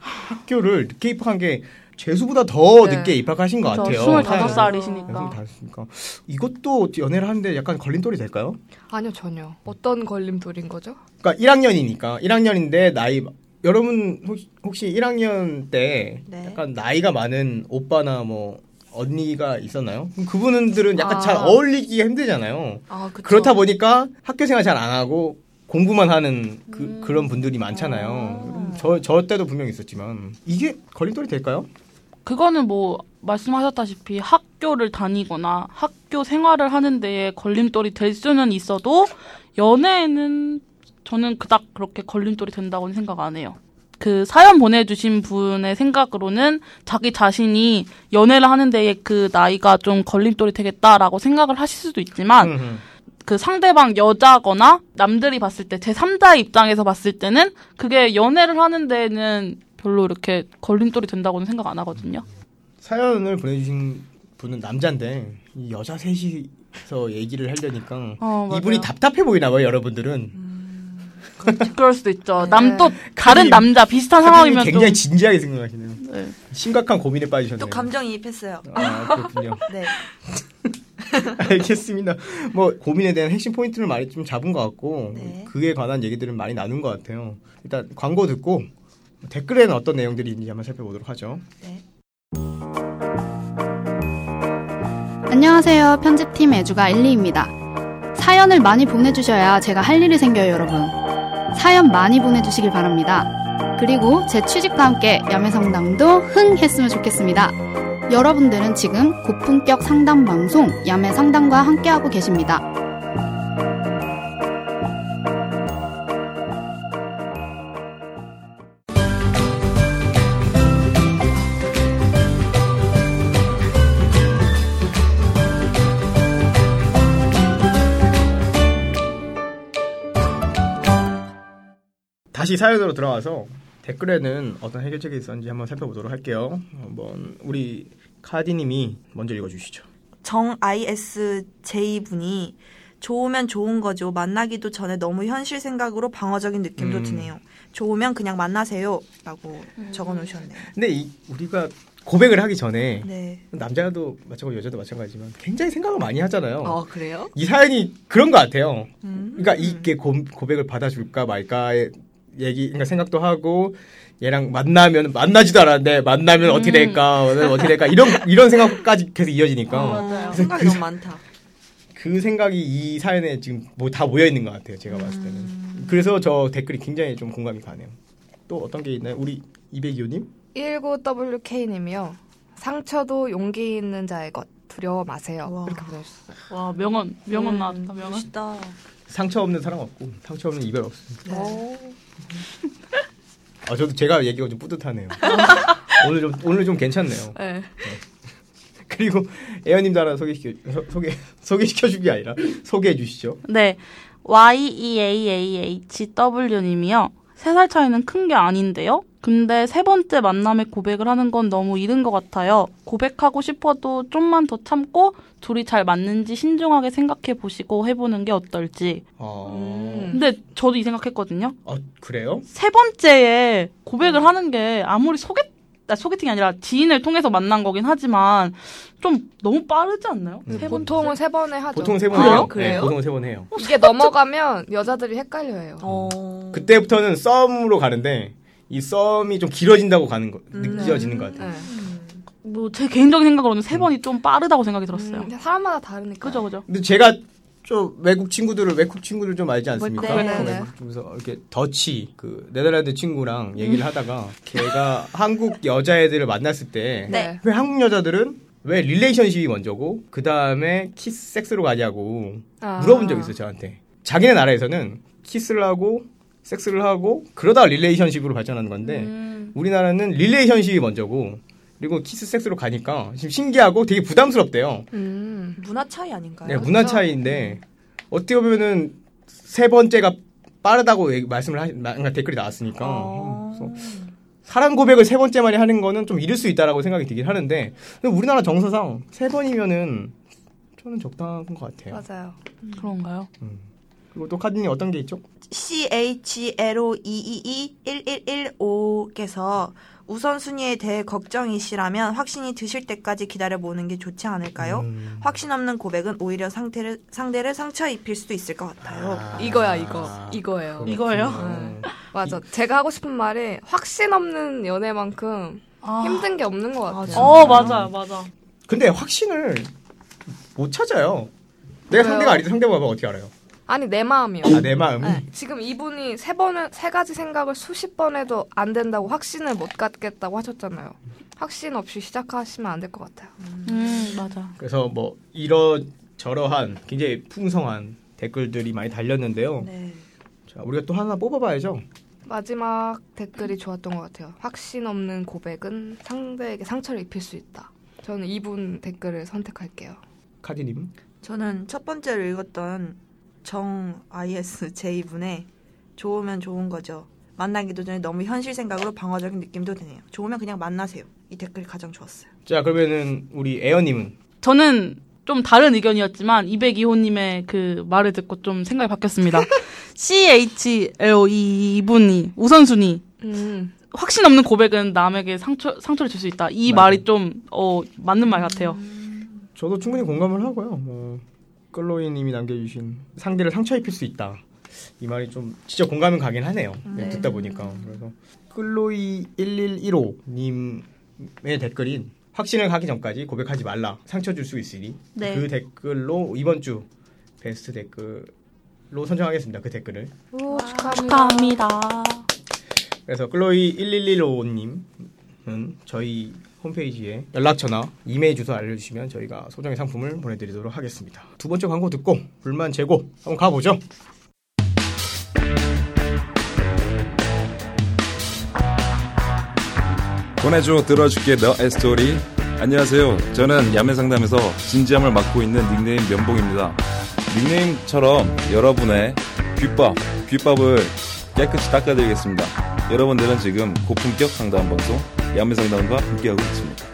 학교를 늦게 입학한 게 재수보다 더 네. 늦게 입학하신 것 같아요 네. 사연은. 25살이시니까. 25살이니까 이것도 연애를 하는데 약간 걸림돌이 될까요? 아니요 전혀. 어떤 걸림돌인 거죠? 그러니까 1학년이니까 1학년인데 나이 여러분 혹시, 혹시 1학년 때 네. 약간 나이가 많은 오빠나 뭐 언니가 있었나요? 그럼 그분들은 약간 아. 잘 어울리기 힘들잖아요. 아, 그쵸. 그렇다 보니까 학교생활 잘 안 하고 공부만 하는 그, 런 분들이 많잖아요. 저, 저 때도 분명히 있었지만 이게 걸림돌이 될까요? 그거는 뭐 말씀하셨다시피 학교를 다니거나 학교 생활을 하는 데에 걸림돌이 될 수는 있어도 연애에는 저는 그닥 그렇게 걸림돌이 된다고는 생각 안 해요. 그 사연 보내주신 분의 생각으로는 자기 자신이 연애를 하는 데에 그 나이가 좀 걸림돌이 되겠다라고 생각을 하실 수도 있지만 음, 음. 그 상대방 여자거나 남들이 봤을 때 제 3자의 입장에서 봤을 때는 그게 연애를 하는 데에는 별로 이렇게 걸림돌이 된다고는 생각 안 하거든요. 사연을 보내주신 분은 남자인데 이 여자 셋이서 얘기를 하려니까 어, 맞아요. 이분이 답답해 보이나 봐요 여러분들은 그럴 수도 있죠. 남 또 카드님- 다른 남자 비슷한 상황이면 선생님이 네. 굉장히 좀 진지하게 생각하시네요 네. 심각한 고민에 또 빠지셨네요 감정이입했어요. 아 그렇군요 네. 알겠습니다 뭐 고민에 대한 핵심 포인트를 많이 좀 잡은 것 같고 네. 그에 관한 얘기들은 많이 나눈 것 같아요 일단 광고 듣고 댓글에는 어떤 내용들이 있는지 한번 살펴보도록 하죠 네. 안녕하세요. 편집팀 애주가 일리입니다. 사연을 많이 보내주셔야 제가 할 일이 생겨요, 여러분. 사연 많이 보내주시길 바랍니다. 그리고 제 취직과 함께 야매상담도 흥 했으면 좋겠습니다. 여러분들은 지금 고품격 상담 방송 야매상담과 함께하고 계십니다. 다시 사연으로 들어와서 댓글에는 어떤 해결책이 있었는지 한번 살펴보도록 할게요 한번 우리 카디님이 먼저 읽어주시죠 정 ISJ 분이 좋으면 좋은 거죠. 만나기도 전에 너무 현실 생각으로 방어적인 느낌도 음. 드네요. 좋으면 그냥 만나세요라고 적어놓으셨네요. 근데 이, 우리가 고백을 하기 전에 네. 남자도 마찬가지고 여자도 마찬가지지만 굉장히 생각을 많이 하잖아요. 그래요? 이 사연이 그런 것 같아요. 음. 어. 그러니까 이게 고, 고백을 받아줄까 말까의 얘기, 그러니까 생각도 하고 얘랑 만나면 만나지도 않았는데 만나면 어떻게 될까, 오늘 어떻게 될까 이런 이런 생각까지 계속 이어지니까 어, 생각이 너무 많다. 그 생각이 이 사연에 지금 뭐 다 모여 있는 것 같아요. 제가 봤을 때는. 그래서 저 댓글이 굉장히 좀 공감이 가네요. 또 어떤 게 있나요? 우리 이백이호님? 19WK님이요. 상처도 용기 있는 자의 것 두려워 마세요. 와. 이렇게 보내주셨어요. 와 명언 명언 네. 음. 나왔다 명언. 멋있다. 상처 없는 사랑 없고 상처 없는 이별 없습니다. 오. 아 저도 제가 얘기가 좀 뿌듯하네요. 오늘 좀 오늘 좀 괜찮네요. 네. 그리고 에어님도 하나 소개시켜 소, 소개 소개시켜 주기 아니라 소개해 주시죠. 네. E YEAAHW님이요. 세 살 차이는 큰 게 아닌데요. 근데 세 번째 만남에 고백을 하는 건 너무 이른 것 같아요. 고백하고 싶어도 좀만 더 참고 둘이 잘 맞는지 신중하게 생각해 보시고 해보는 게 어떨지. 아, 음. 근데 저도 이 생각했거든요. 아, 그래요? 세 번째에 고백을 하는 게 아무리 소개 아, 소개팅이 아니라 지인을 통해서 만난 거긴 하지만 좀 너무 빠르지 않나요? 네, 음. 세 번째. 보통은 세 번에 하죠. 어. 아, 보통 세 번 그래요? 해요. 네, 그래요? 보통 세 번 해요. 이게 넘어가면 여자들이 헷갈려해요. 어. 음. 그때부터는 썸으로 가는데 이 썸이 좀 길어진다고 가는 거 느껴지는 것 같아요. 음. 네. 뭐 제 개인적인 생각으로는 세 번이 좀 빠르다고 생각이 들었어요. 근데 음, 사람마다 다르니까. 그죠 그죠. 근데 제가 좀 외국 친구들을 외국 친구들 좀 알지 않습니까? 네, 네, 네. 외국 중에서 이렇게 더치 그 네덜란드 친구랑 얘기를 음. 하다가 걔가 한국 여자애들을 만났을 때 네. 왜 한국 여자들은 왜 릴레이션십이 먼저고 그 다음에 키스 섹스로 가냐고 아. 물어본 적 있어요 저한테 자기네 나라에서는 키스를 하고 섹스를 하고 그러다 릴레이션십으로 발전하는 건데 음. 우리나라는 릴레이션십이 먼저고 그리고 키스 섹스로 가니까 지금 신기하고 되게 부담스럽대요 음. 문화 차이 아닌가요? 네, 문화 차이인데 어떻게 보면은 세 번째가 빠르다고 얘기- 말씀을 하, 마- 그러니까 댓글이 나왔으니까 어. 아. 그래서 사랑 고백을 세 번째 만에 하는 거는 좀 이를 수 있다라고 생각이 들긴 하는데 근데 우리나라 정서상 세 번이면은 저는 적당한 것 같아요. 음. 맞아요. 그런가요? 그리고 또 카드님 어떤 게 있죠? E CHLO2221115께서 우선순위에 대해 걱정이시라면 확신이 드실 때까지 기다려보는 게 좋지 않을까요? 음. 확신 없는 고백은 오히려 상태를, 상대를 상처 입힐 수도 있을 것 같아요. 어, 이거야 이거 이거예요. 그렇구나. 네. 이거예요? 음. 맞아. 제가 하고 싶은 말이 확신 없는 연애만큼 아. 힘든 게 없는 것 같아요. 어 맞아 맞아. 근데 확신을 못 찾아요. 내가 왜요? 상대가 아닌데 상대방을 어떻게 알아요? 아니 내 마음이요. 아, 내 마음. 네, 지금 이분이 세 번은 세 가지 생각을 수십 번 해도 안 된다고 확신을 못 갖겠다고 하셨잖아요. 확신 없이 시작하시면 안 될 것 같아요. 음, 맞아. 그래서 뭐 이러저러한 굉장히 풍성한 댓글들이 많이 달렸는데요. 네. 자, 우리가 또 하나 뽑아봐야죠. 마지막 댓글이 좋았던 것 같아요. 확신 없는 고백은 상대에게 상처를 입힐 수 있다. 저는 이분 댓글을 선택할게요. 카디님. 저는 첫 번째로 읽었던 정 ISJ 분의 좋으면 좋은 거죠. 만나기도 전에 너무 현실 생각으로 방어적인 느낌도 드네요. 좋으면 그냥 만나세요. 이 댓글이 가장 좋았어요. 자, 그러면은 우리 에어님은 저는 좀 다른 의견이었지만 202호님의 그 말을 듣고 좀 생각이 바뀌었습니다. CHLOE E 이분이 우선순위 음, 확신 없는 고백은 남에게 상처 상처를 줄 수 있다. 이 맞아요. 말이 좀 어, 맞는 말 같아요. 저도 충분히 공감을 하고요. 뭐 끌로이님이 남겨주신 상대를 상처 입힐 수 있다. 이 말이 좀 진짜 공감은 가긴 하네요. 네. 듣다 보니까 그래서 끌로이 1115님의 댓글인 확신을 가기 전까지 고백하지 말라 상처 줄 수 있으니 네. 그 댓글로 이번 주 베스트 댓글로 선정하겠습니다. 그 댓글을 오, 축하합니다. 감사합니다. 그래서 클로이 1115님은 저희 홈페이지에 연락처나 이메일 주소 알려주시면 저희가 소정의 상품을 보내드리도록 하겠습니다. 두 번째 광고 듣고 불만 제고 한번 가보죠. 보내줘 들어줄게 너의 스토리 안녕하세요 저는 야매상담에서 진지함을 맡고 있는 닉네임 면봉입니다 닉네임처럼 여러분의 귓밥 귓밥을 깨끗이 닦아드리겠습니다 여러분들은 지금 고품격 상담 방송 야매상담과 함께하고 있습니다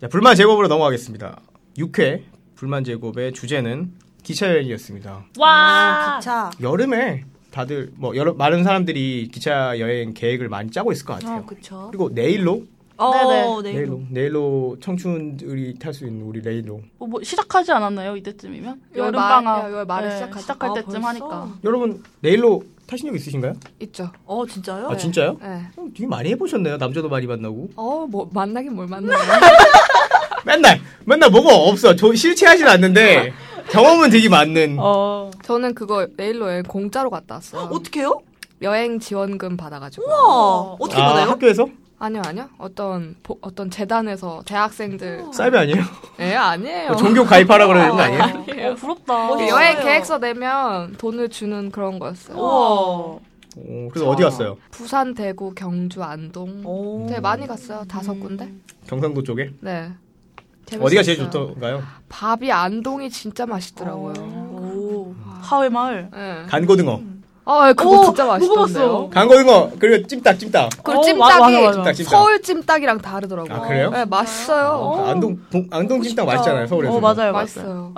자, 불만 제곱으로 넘어가겠습니다. 6회 불만 제곱의 주제는 기차 여행이었습니다. 와. 자, 여름에 다들 뭐 여러 많은 사람들이 기차 여행 계획을 많이 짜고 있을 것 같아요. 그쵸. 그리고 내일로 어, 네네. 네. 내일로 내일로 청춘들이 탈 수 있는 우리 내일로 뭐, 뭐 시작하지 않았나요 이때쯤이면? 월 여름 말- 방학 네, 야, 월 말에 시작하죠. 시작할 아, 때쯤 벌써? 하니까. 여러분 내일로 타신 적 있으신가요? 있죠. 어, 진짜요? 아 진짜요? 네. 어, 되게 많이 해보셨네요. 남자도 많이 만나고. 어, 뭐 만나긴 뭘 만나요? 맨날 맨날 뭐가 없어. 저 실체하진 않는데 경험은 되게 많는. 어. 저는 그거 내일로 여행 공짜로 갔다 왔어요. 어떻게요? 여행 지원금 받아가지고. 우와, 어떻게 아, 받아요? 음, 학교에서 아니요, 아니요. 어떤 보- 어떤 재단에서 대학생들. 쌀배 아니에요? 뭐 예, 아니에요. 종교 가입하라 그러는 거 아니에요? 어, 부럽다. 멋있어요. 그 여행 계획서 내면 돈을 주는 그런 거였어요. 우와. 어, 그래서 어디 갔어요? 부산, 대구, 경주, 안동. 오. 되게 많이 갔어요. 다섯 군데. 경상도 쪽에 네. 어디가 제일 재밌었어요. 좋던가요? 밥이 안동이 진짜 맛있더라고요. 오. 하회 마을. 네. 간고등어. 아, 예, 그거 오, 진짜 먹어봤어. 맛있던데요. 간고등어 그리고 찜닭 찜닭. 그리고 어, 찜닭이 맞아, 맞아, 맞아. 찜닭 찜닭. 서울 찜닭이랑 다르더라고요. 아 그래요? 네, 맛있어요. 아, 안동 동- 안동 찜닭 맛있잖아요 서울에서. 어 맞아요 맞아요. 맛있어요.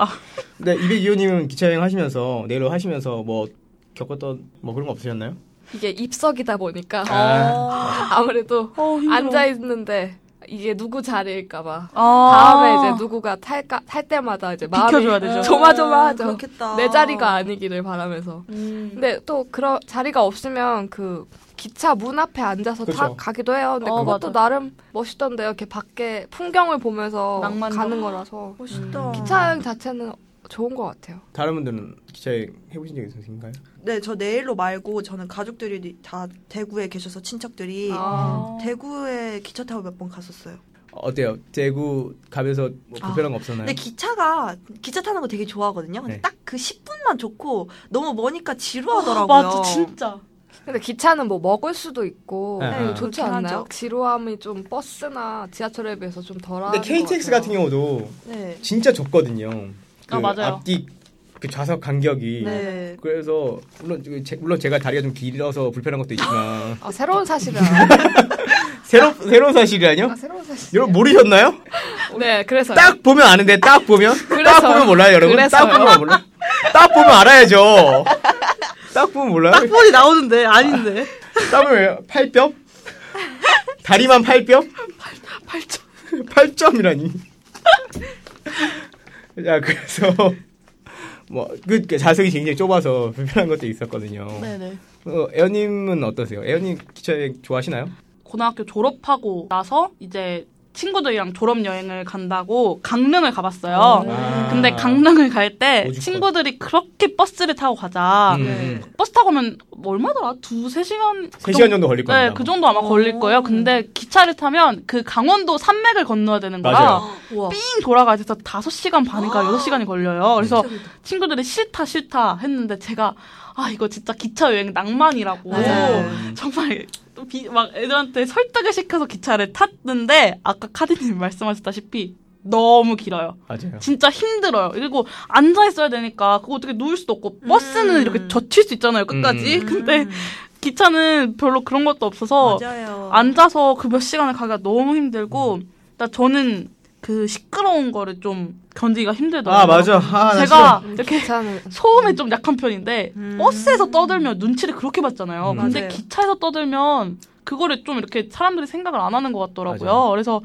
근데 이백이호님은 기차 여행 하시면서 내일로 하시면서 뭐 겪었던 뭐 그런 거 없으셨나요? 이게 입석이다 보니까 아. 아무래도 어, 힘들어. 앉아 있는데 이게 누구 자리일까봐 아. 다음에 이제 누구가 탈까 탈 때마다 이제 마음이 비켜줘야 되죠. 조마조마하죠. 아. 그렇겠다. 내 자리가 아니기를 바라면서. 음. 근데 또 그런 자리가 없으면 그 기차 문 앞에 앉아서 다 그쵸. 가기도 해요. 근데 어, 그것도 맞아. 나름 멋있던데요. 이렇게 밖에 풍경을 보면서 낭만도. 가는 거라서 멋있다. 기차 여행 자체는 좋은 것 같아요. 다른 분들은 기차 여행 해보신 적 있으신가요? 네, 저 내일로 말고 저는 가족들이 다 대구에 계셔서 예. 친척들이 아, 대구에 기차 타고 몇 번 갔었어요. 네. 어때요? 대구 가면서 뭐 아. 불편한 거 없었나요? 근데 기차가 기차 타는 거 되게 좋아하거든요. 근데 네. 딱 그 10분만 좋고 너무 머니까 지루하더라고요. 맞아 진짜. 근데 기차는 뭐 먹을 수도 있고 네, 그리고 네. 좋지 그렇긴 않나요? 하죠. 지루함이 좀 버스나 지하철에 비해서 좀 덜한. 근데 KTX 같은 경우도 네. 진짜 좁거든요. 그 아, 맞아요. 앞뒤 그 좌석 간격이. 네. 그래서 물론 그 제, 물론 제가 다리가 좀 길어서 불편한 것도 있지만 아, 새로운 사실을 알아요. 새로 새로운 사실이라뇨? 새로운 사실. 여러분 모르셨나요? 네, 그래서 딱 보면 아는데 딱 보면 딱 그래서요. 보면 몰라요 여러분. 딱 그래서요. 보면 몰라. 딱 보면 알아야죠. 딱 보면 몰라요. 딱 보니 나오는데 아닌데. 땀을 왜요? 팔뼘? 다리만 팔뼘? 팔, 점 8점이라니. 자, 그래서, 뭐, 그, 그 자석이 굉장히 좁아서 불편한 것도 있었거든요. 네네. 어, 에어님은 어떠세요? 에어님 기차여행 좋아하시나요? 고등학교 졸업하고 나서 이제 친구들이랑 졸업 여행을 간다고 강릉을 가봤어요. 아. 근데 강릉을 갈 때 오죽헌. 친구들이 그렇게 버스를 타고 가자. 네. 음. 버스 타고 가면 뭐 얼마더라? 두세 시간? 세 시간 정도 걸릴 겁니다. 네, 그 정도 아마 걸릴 거예요. 근데 기차를 타면 그 강원도 산맥을 건너야 되는 거라 맞아요. 우와. 삥 돌아가야 돼서 5시간 반이니까 아. 6시간이 걸려요. 그래서 네, 친구들이 싫다 싫다 했는데 제가 아 이거 진짜 기차 여행 낭만이라고 네. 맞아요. 정말 또 비- 막 애들한테 설득을 시켜서 기차를 탔는데 아까 카디님 말씀하셨다시피 너무 길어요. 맞아요. 진짜 힘들어요. 그리고 앉아 있어야 되니까 그거 어떻게 누울 수도 없고 버스는 음. 이렇게 젖힐 수 있잖아요 끝까지. 근데 기차는 별로 그런 것도 없어서 맞아요. 앉아서 그 몇 시간을 가기가 너무 힘들고 음. 나 저는 그 시끄러운 거를 좀 견디기가 힘들더라고요. 아, 맞아. 아, 나 제가 이렇게 괜찮은 소음에 좀 약한 편인데 버스에서 떠들면 눈치를 그렇게 봤잖아요. 음. 근데 맞아요. 기차에서 떠들면 그거를 좀 이렇게 사람들이 생각을 안 하는 것 같더라고요. 맞아요. 그래서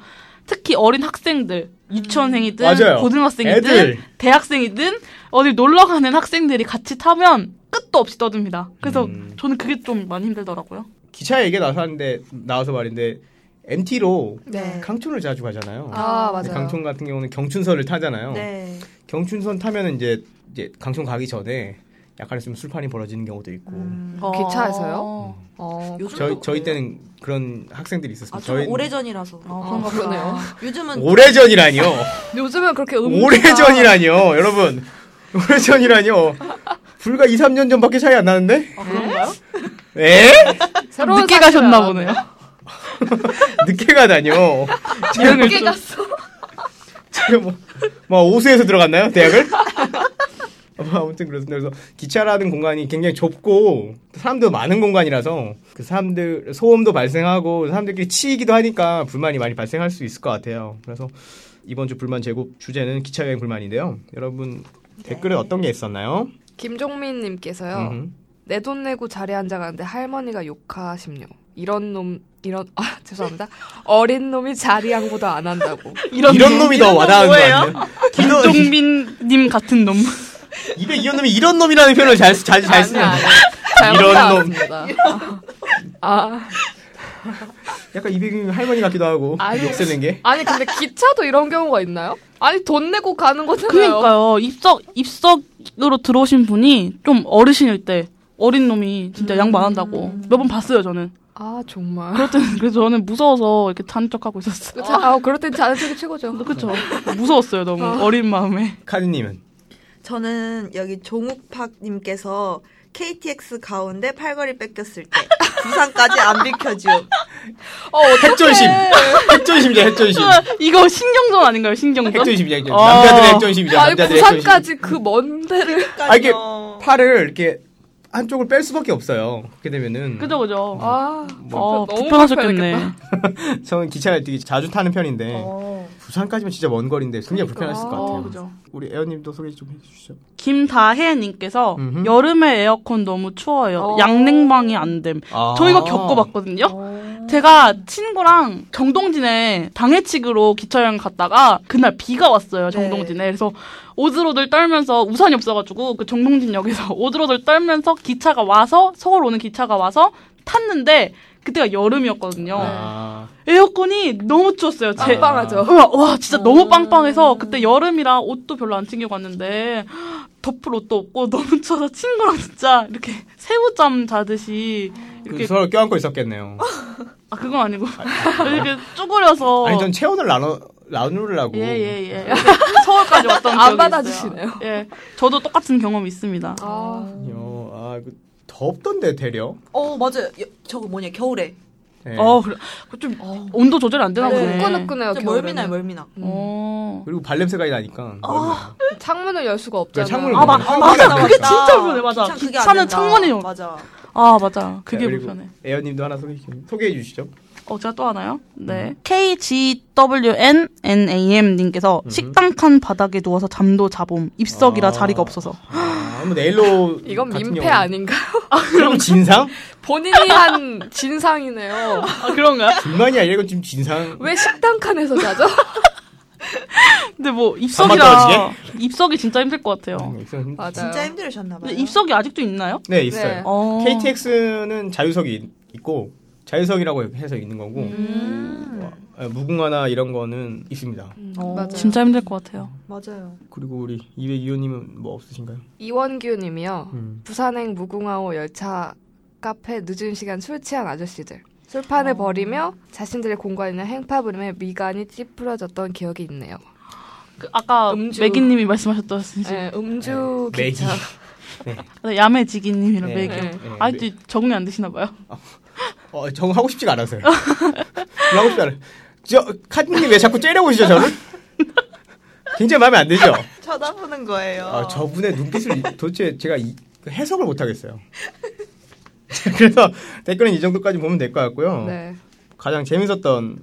특히 어린 학생들, 유치원생이든 음. 맞아요. 고등학생이든 애들. 대학생이든 어디 놀러 가는 학생들이 같이 타면 끝도 없이 떠듭니다. 그래서 음. 저는 그게 좀 많이 힘들더라고요. 기차 얘기 나와서 하는데, 나와서 말인데, MT로 네. 강촌을 자주 가잖아요. 아, 근데 맞아요. 강촌 같은 경우는 경춘선을 타잖아요. 네. 경춘선 타면 이제 이제 강촌 가기 전에 약간 있으면 술판이 벌어지는 경우도 있고 음. 음. 기차에서요? 음. 어. 요즘 저희 저희 때는 그런 학생들이 있었습니다. 아, 저희 저는 오래전이라서. 어, 그런가. 그런가 보네요. 요즘은 오래전이라니요. 요즘은 그렇게 음 오래전이라니요, 여러분. 오래전이라니요. 불과 2, 3년 전밖에 차이 안 나는데? 아, 그런가요? 에? 아, 새로운 늦게 사실을 가셨나 알았네. 보네요. 늦게 가다니요. 늦게 갔어. 제가 뭐, 뭐 오수에서 들어갔나요? 대학을? 뭐 아무튼 그렇습니다. 그래서 기차라는 공간이 굉장히 좁고 사람도 많은 공간이라서 그 사람들 소음도 발생하고 사람들끼리 치이기도 하니까 불만이 많이 발생할 수 있을 것 같아요. 그래서 이번 주 불만 제곱 주제는 기차 여행 불만인데요. 여러분 댓글에 어떤 게 있었나요? 김종민 님께서요. 음흠. 내 돈 내고 자리에 앉아가는데 할머니가 욕하십요. 이런 놈, 이런, 아, 죄송합니다. 어린 놈이 자리양보다 안 한다고. 이런, 놈이 더 와닿은 거 뭐예요? 아니에요? 김 김종민님 같은 놈. 입에 이런 놈이 이런 놈이라는 표현을 잘, 잘, 잘 쓰는 이런 놈. 놈. 아, 약간 이백이 할머니 같기도 하고 아유. 욕 쓰는 게. 아니, 근데 기차도 이런 경우가 있나요? 아니, 돈 내고 가는 거잖아요. 그러니까요. 입석 입석으로 들어오신 분이 좀 어르신일 때 어린 놈이 진짜 양보 안 한다고 음. 몇 번 봤어요 저는. 아, 정말. 그럴 때는 그래서 저는 무서워서 이렇게 잔 척하고 있었어요. 아, 그럴 땐 자는 척이 최고죠. 그렇죠. 무서웠어요 너무 아. 어린 마음에. 카드님은? 저는 여기 종욱팍님께서 KTX 가운데 팔걸이 뺏겼을 때 부산까지 안 비켜줘. 아, 어, 어떡해. 핵전심. 네. 핵전심이죠, 어. 핵전심. 아. 이거 신경전 아닌가요 신경전? 핵전심이죠, 핵전심. 아. 남자들의 핵전심이죠, 아니, 남자들의 핵전심. 부산까지 그 먼 데를. 아, 이게 팔을 이렇게 한쪽을 뺄 수밖에 없어요. 그렇게 되면은. 그죠 음. 그죠. 아, 어, 너무 불편하셨겠다. 아, 불편하셨겠네. 저는 기차를 되게 자주 타는 편인데 부산까지면 진짜 먼 거리인데 굉장히 불편했을 것 같아요. 어, 그죠. 우리 에어님도 소개 좀 해주시죠. 김다혜님께서 음흠. 여름에 에어컨 너무 추워요. 어. 양냉방이 안 됨. 아. 저희가 겪어봤거든요. 제가 친구랑 정동진에 당해치기로 기차여행 갔다가 그날 비가 네. 왔어요. 정동진에. 그래서 오드로들 떨면서 우산이 없어가지고 그 정동진역에서 오드로들 떨면서 기차가 와서 서울 오는 기차가 와서 탔는데 그때가 여름이었거든요. 아. 네. 에어컨이 너무 추웠어요. 제, 네. 빵빵하죠. 어. 와, 와, 진짜 너무 빵빵해서 그때 여름이라 옷도 별로 안 챙겨 갔는데 덮을 옷도 없고 너무 추워서 친구랑 진짜 이렇게 새우잠 자듯이 그 이렇게 서로 껴안고 있었겠네요. 아 그건 아니고 이렇게 쭈그려서 아니 전 체온을 나눠 나누려고. 예예예 서울까지 왔던 안 기억이 받아주시네요. 있어요. 예 저도 똑같은 경험 이 있습니다. 아, 어, 아, 그 덥던데 대려. 어 맞아요. 여- 저거 뭐냐 겨울에 예. 어 그래 그좀 온도 조절 이안 되나 보네. 후끈후끈해요, 진짜 겨울에는. 멀미나 멀미나. 어. 그리고 발냄새까지 나니까. 창문을 열 수가 그래, 그러니까 없잖아요. 창문을 아, 보면 맞- 화가 맞아. 나니까. 그게 진짜 불편해, 맞아. 기차 그게 안 기차는 된다. 창문이 없- 맞아. 아 맞아 그게 자, 그리고 불편해. 에어님도 하나 소개 좀- 소개해 주시죠. 어, 제가 또 하나요? 네. KGWNNAM님께서 식당 칸 바닥에 누워서 잠도 자봄. 입석이라 아. 자리가 없어서. 아, 뭐 네일로 이건 같은 민폐 경우는. 아닌가? 그럼 진상? 본인이 한 진상이네요. 아, 그런가요? 불만이 아니라 이건 지금 진상. 왜 식당 칸에서 자죠? 근데 뭐, 떨어지게? 입석이라. 입석이 진짜 힘들 것 같아요. 음, 맞아요. 진짜 힘들으셨나봐요. 근데 입석이 아직도 있나요? 네 있어요. 네. 어. KTX는 자유석이 있- 있고 자유석이라고 해서 있는 거고 음. 어, 무궁화나 이런 거는 있습니다. 어, 맞아요. 진짜 힘들 것 같아요. 맞아요. 그리고 우리 이회 이호님은 뭐 없으신가요? 이원규님이요. 음. 부산행 무궁화호 열차 카페 늦은 시간 술 취한 아저씨들. 어. 술판을 버리며 자신들의 공간이나 행파부림에 미간이 찌푸려졌던 기억이 있네요. 그 아까 음주. 매기님이 말씀하셨듯이 네, 음주 네. 기차. 매기. 야매지기님이랑 네. 매기. 네. 아직도 적응이 안 되시나 봐요. 어, 정 하고 싶지가 않아서요. 별로 하고 싶지 않아요. 저 카드님 왜 자꾸 째려보시죠 저를? 굉장히 마음에 안 들죠. 쳐다보는 거예요. 어. 아, 저분의 눈빛을 이- 도대체 제가 이- 그 해석을 못 하겠어요. 그래서 댓글은 이 정도까지 보면 될 것 같고요. 네. 가장 재밌었던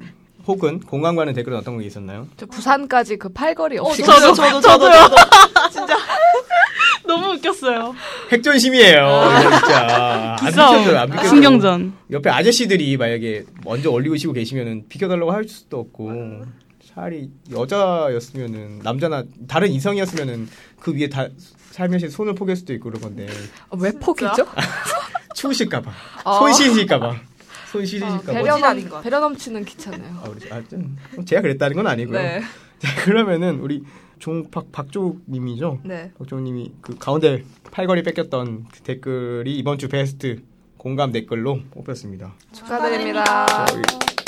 혹은 공감 가는 댓글은 어떤 게 있었나요? 저 부산까지 그 팔걸이 없이 어, 저도, 저도, 저도, 요 진짜. 너무 웃겼어요. 핵전심이에요. 이거 진짜. 비켜줘요, 안 아. 기싸움, 비켜줘요. 신경전. 옆에 아저씨들이 만약에 먼저 올리고 쉬고 계시면은 비켜달라고 할 수도 없고 차라리 여자였으면은 남자나 다른 이성이었으면은 그 위에 다 살며시 손을 포갤 수도 있고 그런 건데 어, 왜 포기죠? 추우실까봐 어. 손 씻으실까봐 손 어, 씻으실까봐 배려, 모질함인 것 넘, 같아. 배려 넘치는 기차네요. 아, 우리, 아, 좀, 제가 그랬다는 건 아니고요. 네. 자, 그러면은 우리 종박 박조님이죠. 네. 박조님이 그 가운데 팔걸이 뺏겼던 그 댓글이 이번 주 베스트 공감 댓글로 뽑혔습니다. 축하드립니다. 저희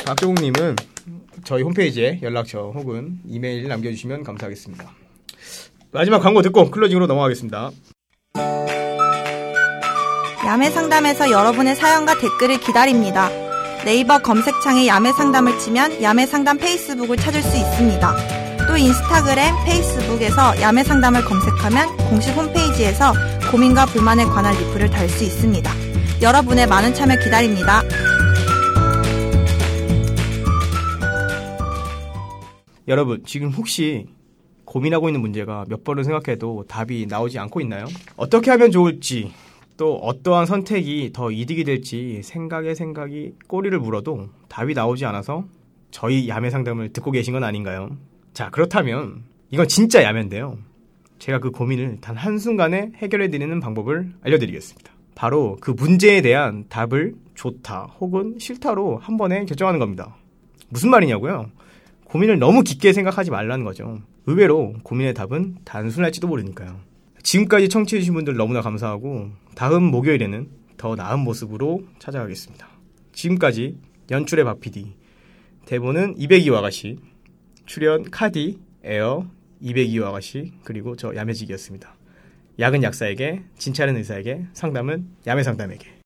박종욱님은 저희 홈페이지에 연락처 혹은 이메일 남겨주시면 감사하겠습니다. 마지막 광고 듣고 클로징으로 넘어가겠습니다. 야매 상담에서 여러분의 사연과 댓글을 기다립니다. 네이버 검색창에 야매 상담을 치면 야매 상담 페이스북을 찾을 수 있습니다. 또 인스타그램, 페이스북에서 야매 상담을 검색하면 공식 홈페이지에서 고민과 불만에 관한 리플을 달 수 있습니다. 여러분의 많은 참여 기다립니다. 여러분 지금 혹시 고민하고 있는 문제가 몇 번을 생각해도 답이 나오지 않고 있나요? 어떻게 하면 좋을지 또 어떠한 선택이 더 이득이 될지 생각에 생각이 꼬리를 물어도 답이 나오지 않아서 저희 야매 상담을 듣고 계신 건 아닌가요? 자 그렇다면 이건 진짜 야매인데요. 제가 그 고민을 단 한순간에 해결해드리는 방법을 알려드리겠습니다. 바로 그 문제에 대한 답을 좋다 혹은 싫다로 한 번에 결정하는 겁니다. 무슨 말이냐고요? 고민을 너무 깊게 생각하지 말라는 거죠. 의외로 고민의 답은 단순할지도 모르니까요. 지금까지 청취해주신 분들 너무나 감사하고 다음 목요일에는 더 나은 모습으로 찾아가겠습니다. 지금까지 연출의 박PD, 대본은 202 와가씨, 출연 카디, 에어, 202 와가씨, 그리고 저 야매직이었습니다. 약은 약사에게, 진찰은 의사에게, 상담은 야매상담에게.